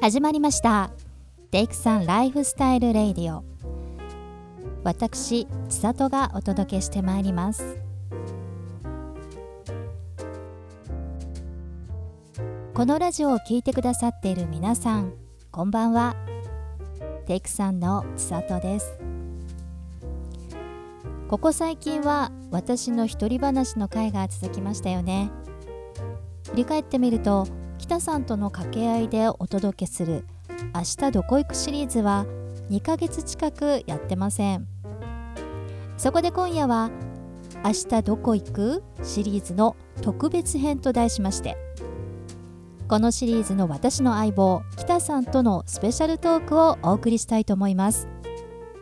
始まりましたテイクさんライフスタイルレイディオ私千里がお届けしてまいりますこのラジオを聞いてくださっている皆さんこんばんはテイクさんの千里ですここ最近は私の一人話の会が続きましたよね振り返ってみると北さんとの掛け合いでお届けする「明日どこ行く」シリーズは2ヶ月近くやってませんそこで今夜は「明日どこ行く?」シリーズの特別編と題しましてこのシリーズの私の相棒北さんとのスペシャルトークをお送りしたいと思います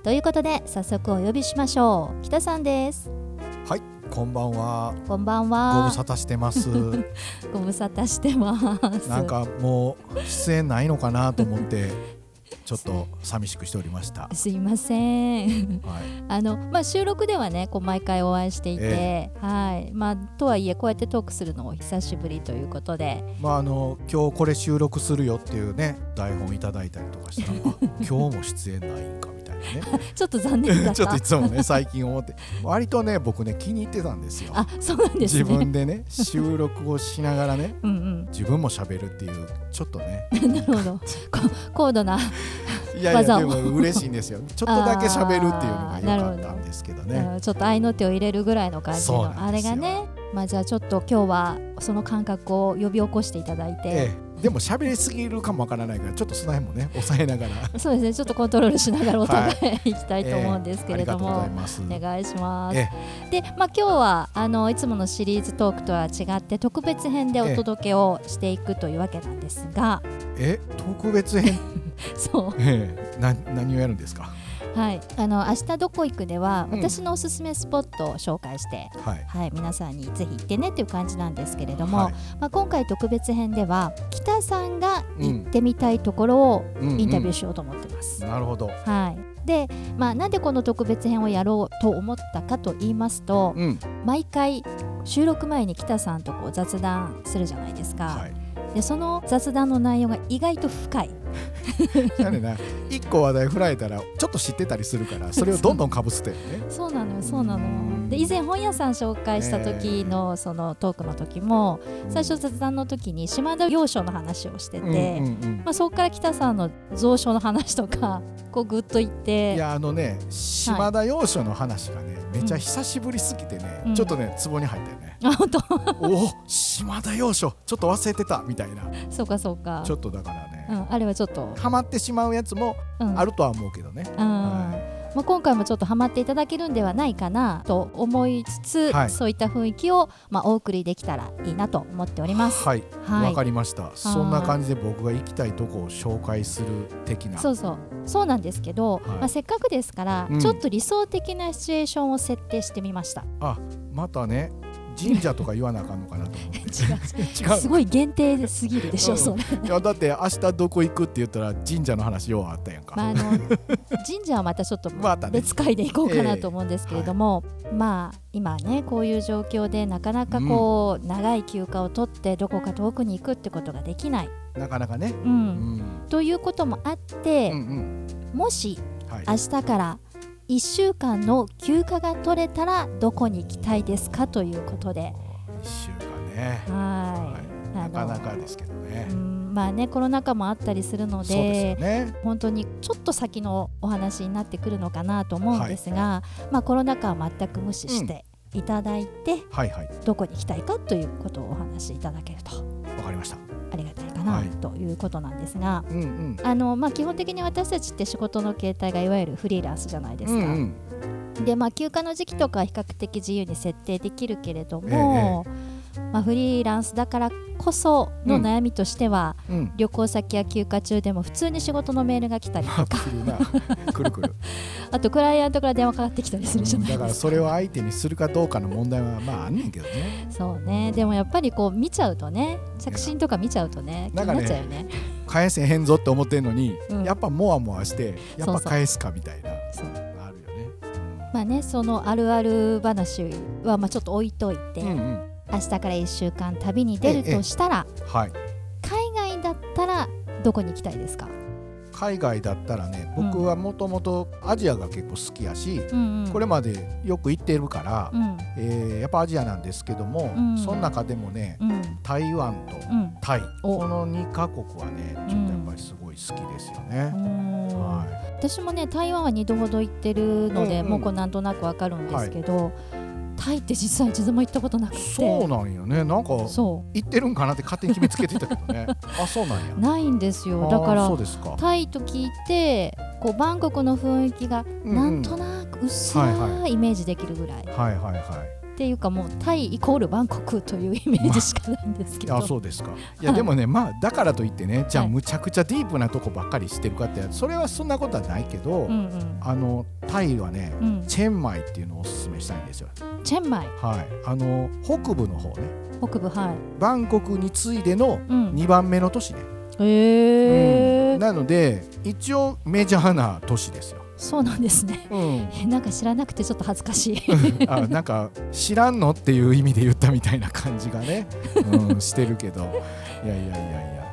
ということで早速お呼びしましょう北さんですはい、こんばんは。こんばんご無は沙汰して ます。ご無沙汰してますなんかもう出演ないのかなと思 って、ちょっと寂しくしておりました。すいません はい、あのまあ、収録ではねこう毎回お会いしていて、えはいまあ、とはいえこうやってトークするのお久しぶりということでまああの今日これ収録するよっていうね台本いただいたりとかしたら、あ 今日も出演ないんかみたいちょっと残念なだね。っ ちょったといつもね最近思って、割とね僕ね気に入ってたんですよ。あそうなんですね自分でね収録をしながらね。うん自分も喋るっていうちょっ とねうん、なるほどこ高度ないやい技やをでも嬉しいんですよちょっとだけ喋るっていうのが良かったんですけどねあのちょっと合いの手を入れるぐらいの感じそうのなあんでれすよがね、まあ、じゃあちょっと今日はその感覚を呼び起こしていただいて、ええ、でも喋りすぎるかもわからないからちょっとその辺もね抑えながらそうですねちょっとコントロールしながらお互い、い、きたいと思うんですけあれりがどとうも。ございますお願いします。えで、まあ、今日はあのいつものシリーズトークとは違って特別編でお届けをしていくというわけなんですが、 え特別編そええな何をやるんですかう、はい、あの明日どこ行くではうん私のおすすめスポットを紹介して、はいはい、皆さんにぜひ行ってねっていう感じなんですけれども、はいまあ、今回特別編では北さんがうん行ってみたいところをうんうんインタビューしようと思ってます。なるほどはい。で、まあ、なんでこの特別編をやろうと思ったかと言いますと、うん毎回収録前に北さんとこう雑談するじゃないですか、はいでその雑談の内容が意外と深いじゃあねな一個話題振られたらちょっと知ってたりするからそれをどんどんかぶせてねそうなのよそうなうんので以前本屋さん紹介した時のそのトークの時も最初雑談の時に島田洋書の話をしてて、うんうんうんまあ、そこから北さんの蔵書の話とかこうグッといっうんいてやあのね島田洋書の話がねめちゃ久しぶりすぎてね、うんちょっとねツボに入ったよ ね、 あ本当おお島田洋書ちょっと忘れてたみたいなそうかそうかちょっとだからね、うん、あれはちょっと、ハマってしまうやつもうんあるとは思うけどね。うんはまあ、今回もちょっとハマっていただけるんではないかなと思いつつ、はいそういった雰囲気を、まあ、お送りできたらいいなと思っております。はい、わ、はいかりました。そんな感じで僕が行きたいとこを紹介する的な。そうそうそうなんですけど、はいまあ、せっかくですから、うんちょっと理想的なシチュエーションを設定してみました。またね、神社とか言わなあかんのかなと 思って。 違う。すごい限定すぎるでしょ、うんそれ。いやだって明日どこ行くって言ったら神社の話ようあったやんか。まあ、あの神社はまたちょっと またね別回でいこうかなと思うんですけれども、まあ今ねこういう状況でなかなかこう、長い休暇を取ってどこか遠くに行くってことができない、なかなかね。う、うんん。ということもあって、うんうん。もしはい。明日から1週間の休暇が取れたらどこに行きたいですかということで一週間ね。ははいいあなのかなかですけどねう。んまあねコロナ禍もあったりするのでそうですよね。本当にちょっと先のお話になってくるのかなと思うんですが、まあ、コロナ禍は全く無視していただいて、はいはい。どこに行きたいかということをお話しいただけるとわかりました。ありがたいかなはいということなんですが。うんうん。あのまあ、基本的に私たちって仕事の形態がいわゆるフリーランスじゃないですか、うんうん。でまあ休暇の時期とかは比較的自由に設定できるけれども、まあ、フリーランスだからこその悩みとしては、うん。旅行先や休暇中でも普通に仕事のメールが来たりまあ来る な。くるくる。あとクライアントから電話かかってきたりするじゃないですだか。からそれを相手にするかどうかの問題はまああんねんけどねそうねでもやっぱりこう見ちゃうとね着信とか見ちゃうとね気なにんかなねっちゃうよね。返せへんぞって思ってんのに、うんやっぱモワモワしてそやっうぱそう返すかみたいなそうあるよねまあねそのあるある話はまあちょっと置いといて、うんうん明日から1週間旅に出るとしたら、はい海外だったらどこに行きたいですか、海外だったらねうん僕はもともとアジアが結構好きやし、うんうん、これまでよく行ってるから、うんえーやっぱアジアなんですけども、うんその中でもねうん台湾とうんタイおこの2カ国はねちょっとやっぱりすごい好きですよね。おーは私もね台湾は2度ほど行ってるので、うんうんもうこうなんとなくわかるんですけど、タイって実際一度も行ったことなくてい、そうなんよねなんかそ行ってるんかなって勝手に決めつけてたけどね あそうなんやうないんですあよーだからそうですか、タイと聞いてこうバンコクの雰囲気がうんうんなんとなくうっすはいらイメージできるぐらい、はいはいはいっていうかもうタイイコールバンコクというイメージしかないんですけど、あそうですかいやはいでもね、まあだからといってねじゃあはいむちゃくちゃディープなとこばっかりしてるかってそれはそんなことはないけど、うんうんあのタイはね、うん、チェンマイっていうのをおすすめしたいんですよチェンマイはいあの北部の方ね北部はい、バンコクに次いでのうん、 2番目の都市ね、へえ、うんなので一応メジャーな都市ですよ、そうなんですね うん、なんか知らなくてちょっと恥ずかしい あなんか知らんのっていう意味で言ったみたいな感じがね、うん、してるけどいやいやいやいや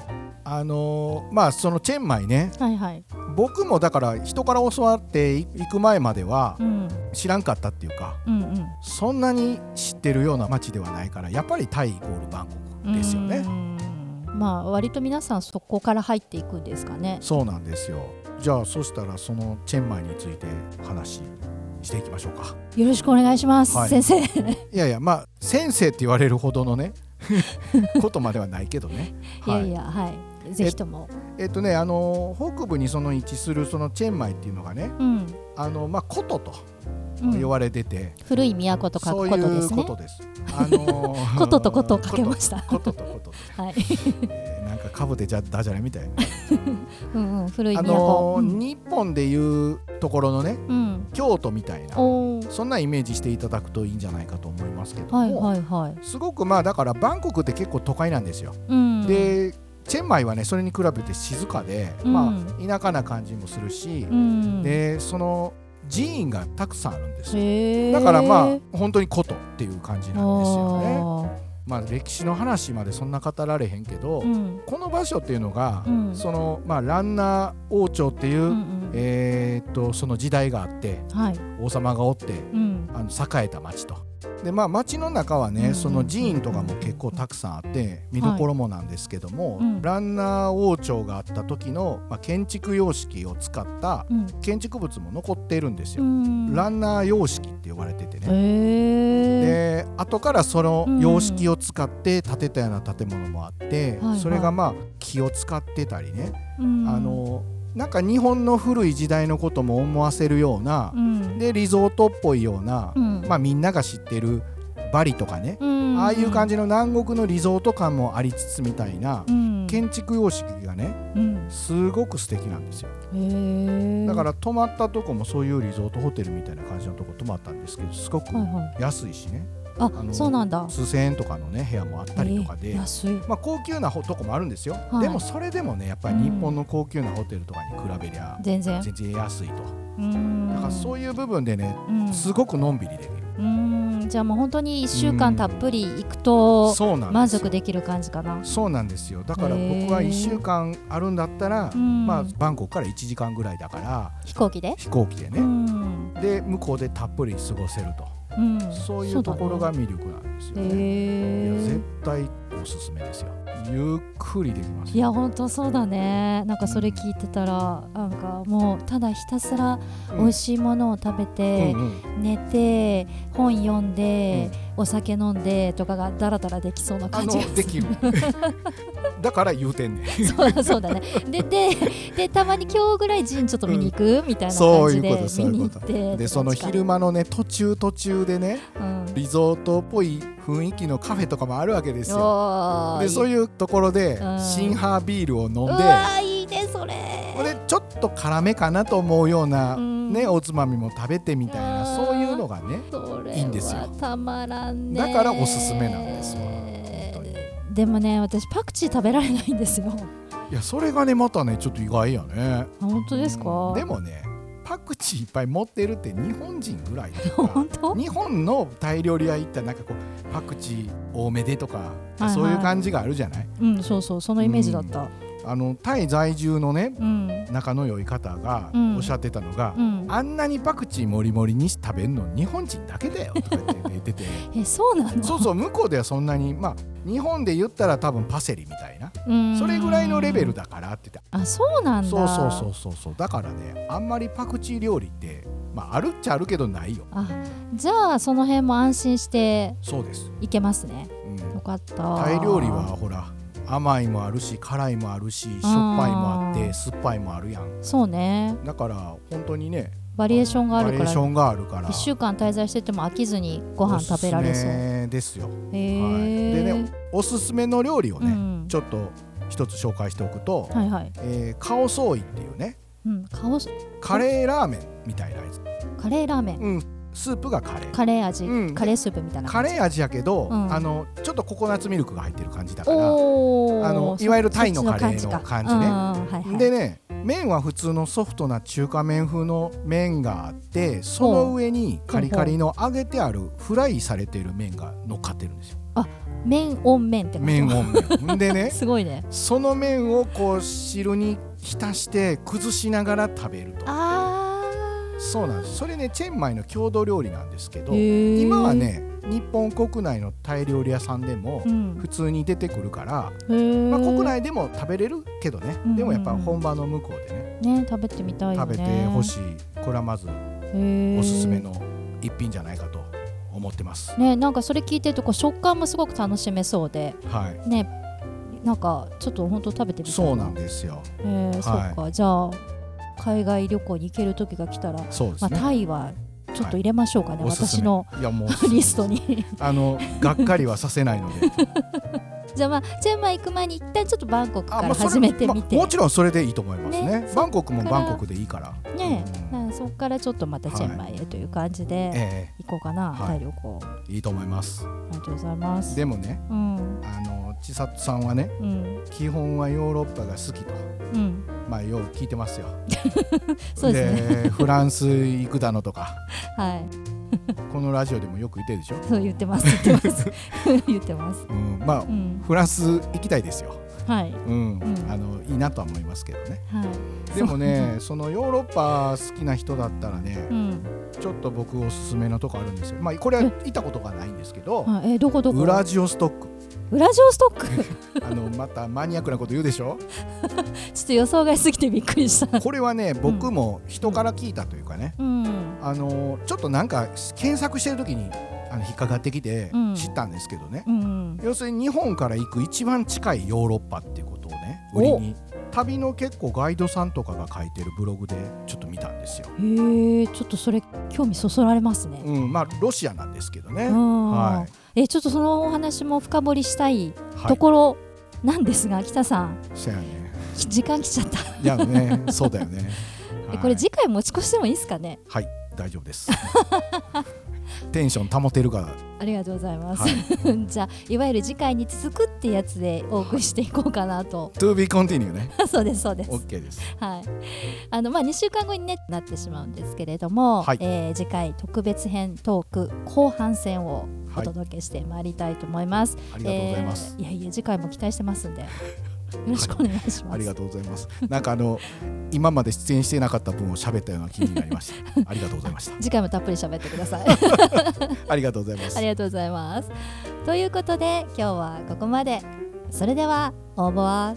あのーまあそのチェンマイねはいはい、僕もだから人から教わってい行く前まではうん、知らんかったっていうかうんうんそんなに知ってるような街ではないからやっぱりタイイコールバンコクですようねーんまあ割と皆さんそこから入っていくんですかね。そうなんですよじゃあそしたらそのチェンマイについて話していきましょうかよろしくお願いします、はい先生。いやいやまあ先生って言われるほどのねことまではないけどね、 いやいやはい、ぜひとも。えっとねあの北部にその位置するそのチェンマイっていうのがねうん、あのまあ古都とうん呼ばれてて、古い都と書そくういことでうすこね。とです。あのー こととことを かけましたこととことと、はい、 えーなんかカブでじゃダジャレみたいな。うんうん、古いあ都。のーうん日本でいうところのねうん、京都みたいなおーそんなイメージしていただくといいんじゃないかと思いますけども、はいはいはい。すごくまあだからバンコクって結構都会なんですよ。うん、でチェンマイはねそれに比べて静かで、うんまあ田舎な感じもするしう、ん、でその寺院がたくさんあるんですよ。へーだからまあ本当に古都っていう感じなんですよね。あまあ、歴史の話までそんな語られへんけど、ーうんこの場所っていうのが、うんそのまあ、ランナー王朝っていう、うんうんえーっとその時代があってはい、王様がおってうん、あの栄えた町と。でまあ、町の中はうんうんねその寺院とかも結構たくさんあって見どころもなんですけども、うんランナー王朝があった時の、まあ、建築様式を使ったうん、建築物も残っているんですうよ。ん、ランナー様式って呼ばれててね。へえ、で後からその様式を使って建てたような建物もあって、うんはいそれがまあ木を使ってたりね、うんあ、のなんか日本の古い時代のことも思わせるようなう、ん、でリゾートっぽいような、うんまあ、みんなが知ってるバリとかね、うん、ああいう感じの南国のリゾート感もありつつみたいな、うん、建築様式がねうん、すごく素敵なんですよへえだから泊まったとこもそういうリゾートホテルみたいな感じのとこ泊まったんですけどすごくはいはい安いしね、あのそうなんだ数千円とかのね部屋もあったりとかで、えー安いまあ、高級なほとこもあるんですよ、はいでもそれでもねやっぱり日本の高級なホテルとかに比べりゃ全然全然安いとうんだからそういう部分でねうんすごくのんびりできる、うんじゃあもう本当に1週間たっぷり行くとそうなんですよ満足できる感じかなそうなんですよだから僕はへー1週間あるんだったら、うんまあ、バンコクから1時間ぐらいだから飛行機で飛行機でうね、んで向こうでたっぷり過ごせるとうんそういうところが魅力なんですよへねいやえ絶対おすすめですよゆっくりできますいや本当そうだねなんかそれ聞いてたらなんかもうただひたすら美味しいものを食べてうんうん寝て本読んでお酒飲んでとかがだらだらできそうなあ感じがのできるだから言うてんねん そうそうだね。でででたまに今日ぐらいジンちょっと見に行く、みたいなそ感ういじうことでそう見にい行うっこてとでその昼間、間のね途中途中でねうん、リゾートっぽい雰囲気のカフェとかもあるわけですよおーでそういいうところでうんシンハービールをう飲んでわーいいねそれ。これちょっと辛めかなと思うようなうんねおつまみも食べてみたいなうんそういうのがねそれはいいんですよたまらんね。だからおすすめなんですわ本当にでもね私パクチー食べられないんですよ。いやそれがねまたねちょっと意外やねあ本当ですか。でもねパクチーいっぱい持ってるって日本人ぐらいだから 本当。日本のタイ料理屋行ったらなんかこうパクチー多めでとか、いはいそういう感じがあるじゃないうんそうそうそのイメージだった。あのタイ在住のねうん仲の良い方がうんおっしゃってたのが、うんあんなにパクチーもりもりに食べんの日本人だけだよとかって言っ ててえそうなのそうそう向こうではそんなにまあ日本で言ったら多分パセリみたいなうんそれぐらいのレベルだからって言ってあそうなんだそうそうそうそうそうだからねあんまりパクチー料理ってまああるっちゃあるけどないよあじゃあその辺も安心してそうです、いけますねうん、よかったタイ料理はほら甘いもあるし辛いもあるししょっぱいもあっうてん酸っぱいもあるやんそうねだから本当にねバリエーションがあバるリエかーショらンがあるから1週間滞在してても飽きずにご飯食べられそうへおすすめですよ、えはい、でねおすすめの料理をうね、んちょっと一つ紹介しておくと、はいはい、えーカオソーイっていうねうん、顔しカレーラーメンみたいなやつカレーラーメンスープがカレーカレー味、うんカレースープみたいなカレー味やけど、うんあのちょっとココナッツミルクが入ってる感じだからおおあのいわゆるタイのカレーの感じねはいはい、でね麺は普通のソフトな中華麺風の麺があってその上にカリカリの揚げてあるフライされてる麺が乗っかってるんですよ麺オン麺ってこと麺を麺でねすごいねその麺をこう汁に浸して崩しながら食べるとあそうなんですそれねチェンマイの郷土料理なんですけどー今は、ね日本国内のタイ料理屋さんでもうん普通に出てくるから、へーまあ、国内でも食べれるけどね、うんでもやっぱ本場の向こうでねね食べてみたいよ食ねべてほしいこれはまずへーおすすめの一品じゃないかと思ってます、ねなんかそれ聞いてるとこう食感もすごく楽しめそうではいねなんかちょっと本当食べてみたいそうなんですよえーはいそうかじゃあ海外旅行に行ける時が来たら、そうでますあ、ね、タイはちょっと入れましょうかね、おすす私めのいやもう リストにあのがっかりはさせないの でじゃあまあチェンマイ行く前に一旦ちょっとバンコクかあまらあそれ始めてみて、まあもちろんそれでいいと思いますねねバンコクもそっかバらンコクでいいからねうんまあそこからちょっとまたチェンマイへという感じでえ行こうかな、はいタイ旅行えいいと思いますありがとうございますでもねうんあの千里さんはねうん基本はヨーロッパが好きとうんまあよう聞いてますよそうですでフランス行くだのと かはいこのラジオでもよく言ってるでしょ、そう言ってます言ってます 言ってますうん、まあうんフランス行きたいですよ、はいうんうんあのいいなとは思いますけどねはいでもねそのヨーロッパ好きな人だったらねうんちょっと僕おすすめのとこあるんですよまあこれは行ったことがないんですけどあえどこどこウラジオストックウラジオストック ちょあのまたマニアックなこと言うでしょっと予想外すぎてびっくりしたこれはね僕も人から聞いたというかねうんあのちょっとなんか検索してる時にあの引っかかってきてうん知ったんですけどね、うん要するに日本から行く一番近いヨーロッパっていうことをね売りに旅の結構ガイドさんとかが書いてるブログでちょっと見たんですよ。へえちょっとそれ興味そそられますねうん、まあロシアなんですけどね。うんはえちょっとそのお話も深掘りしたいはとい。ころなんですが北さんそやね。き時間来ちゃったいや ね、そうだよね。はえいこれ次回持ち越してもいいですかねはい、大丈夫です。テンション保てるから。ありがとうございます、は いじゃあいわゆる次回に続くってやつでお送りしていこうかなと To be continue ね。そうですそうです OK です。はいあのまあ2週間後に、ね、なってしまうんですけれども、はいえー次回特別編トーク後半戦をおはい、届けしてまいりたいと思います、ありがとうございます。えーいやいや次回も期待してますんでよろしくお願いします、 ありがとうございます。なんかあの今まで出演していなかった分を喋ったような気になりました。 ありがとうございました。次回もたっぷり喋ってくださいありがとうございますあ。りがとうございますということで今日はここまでそれでは応募は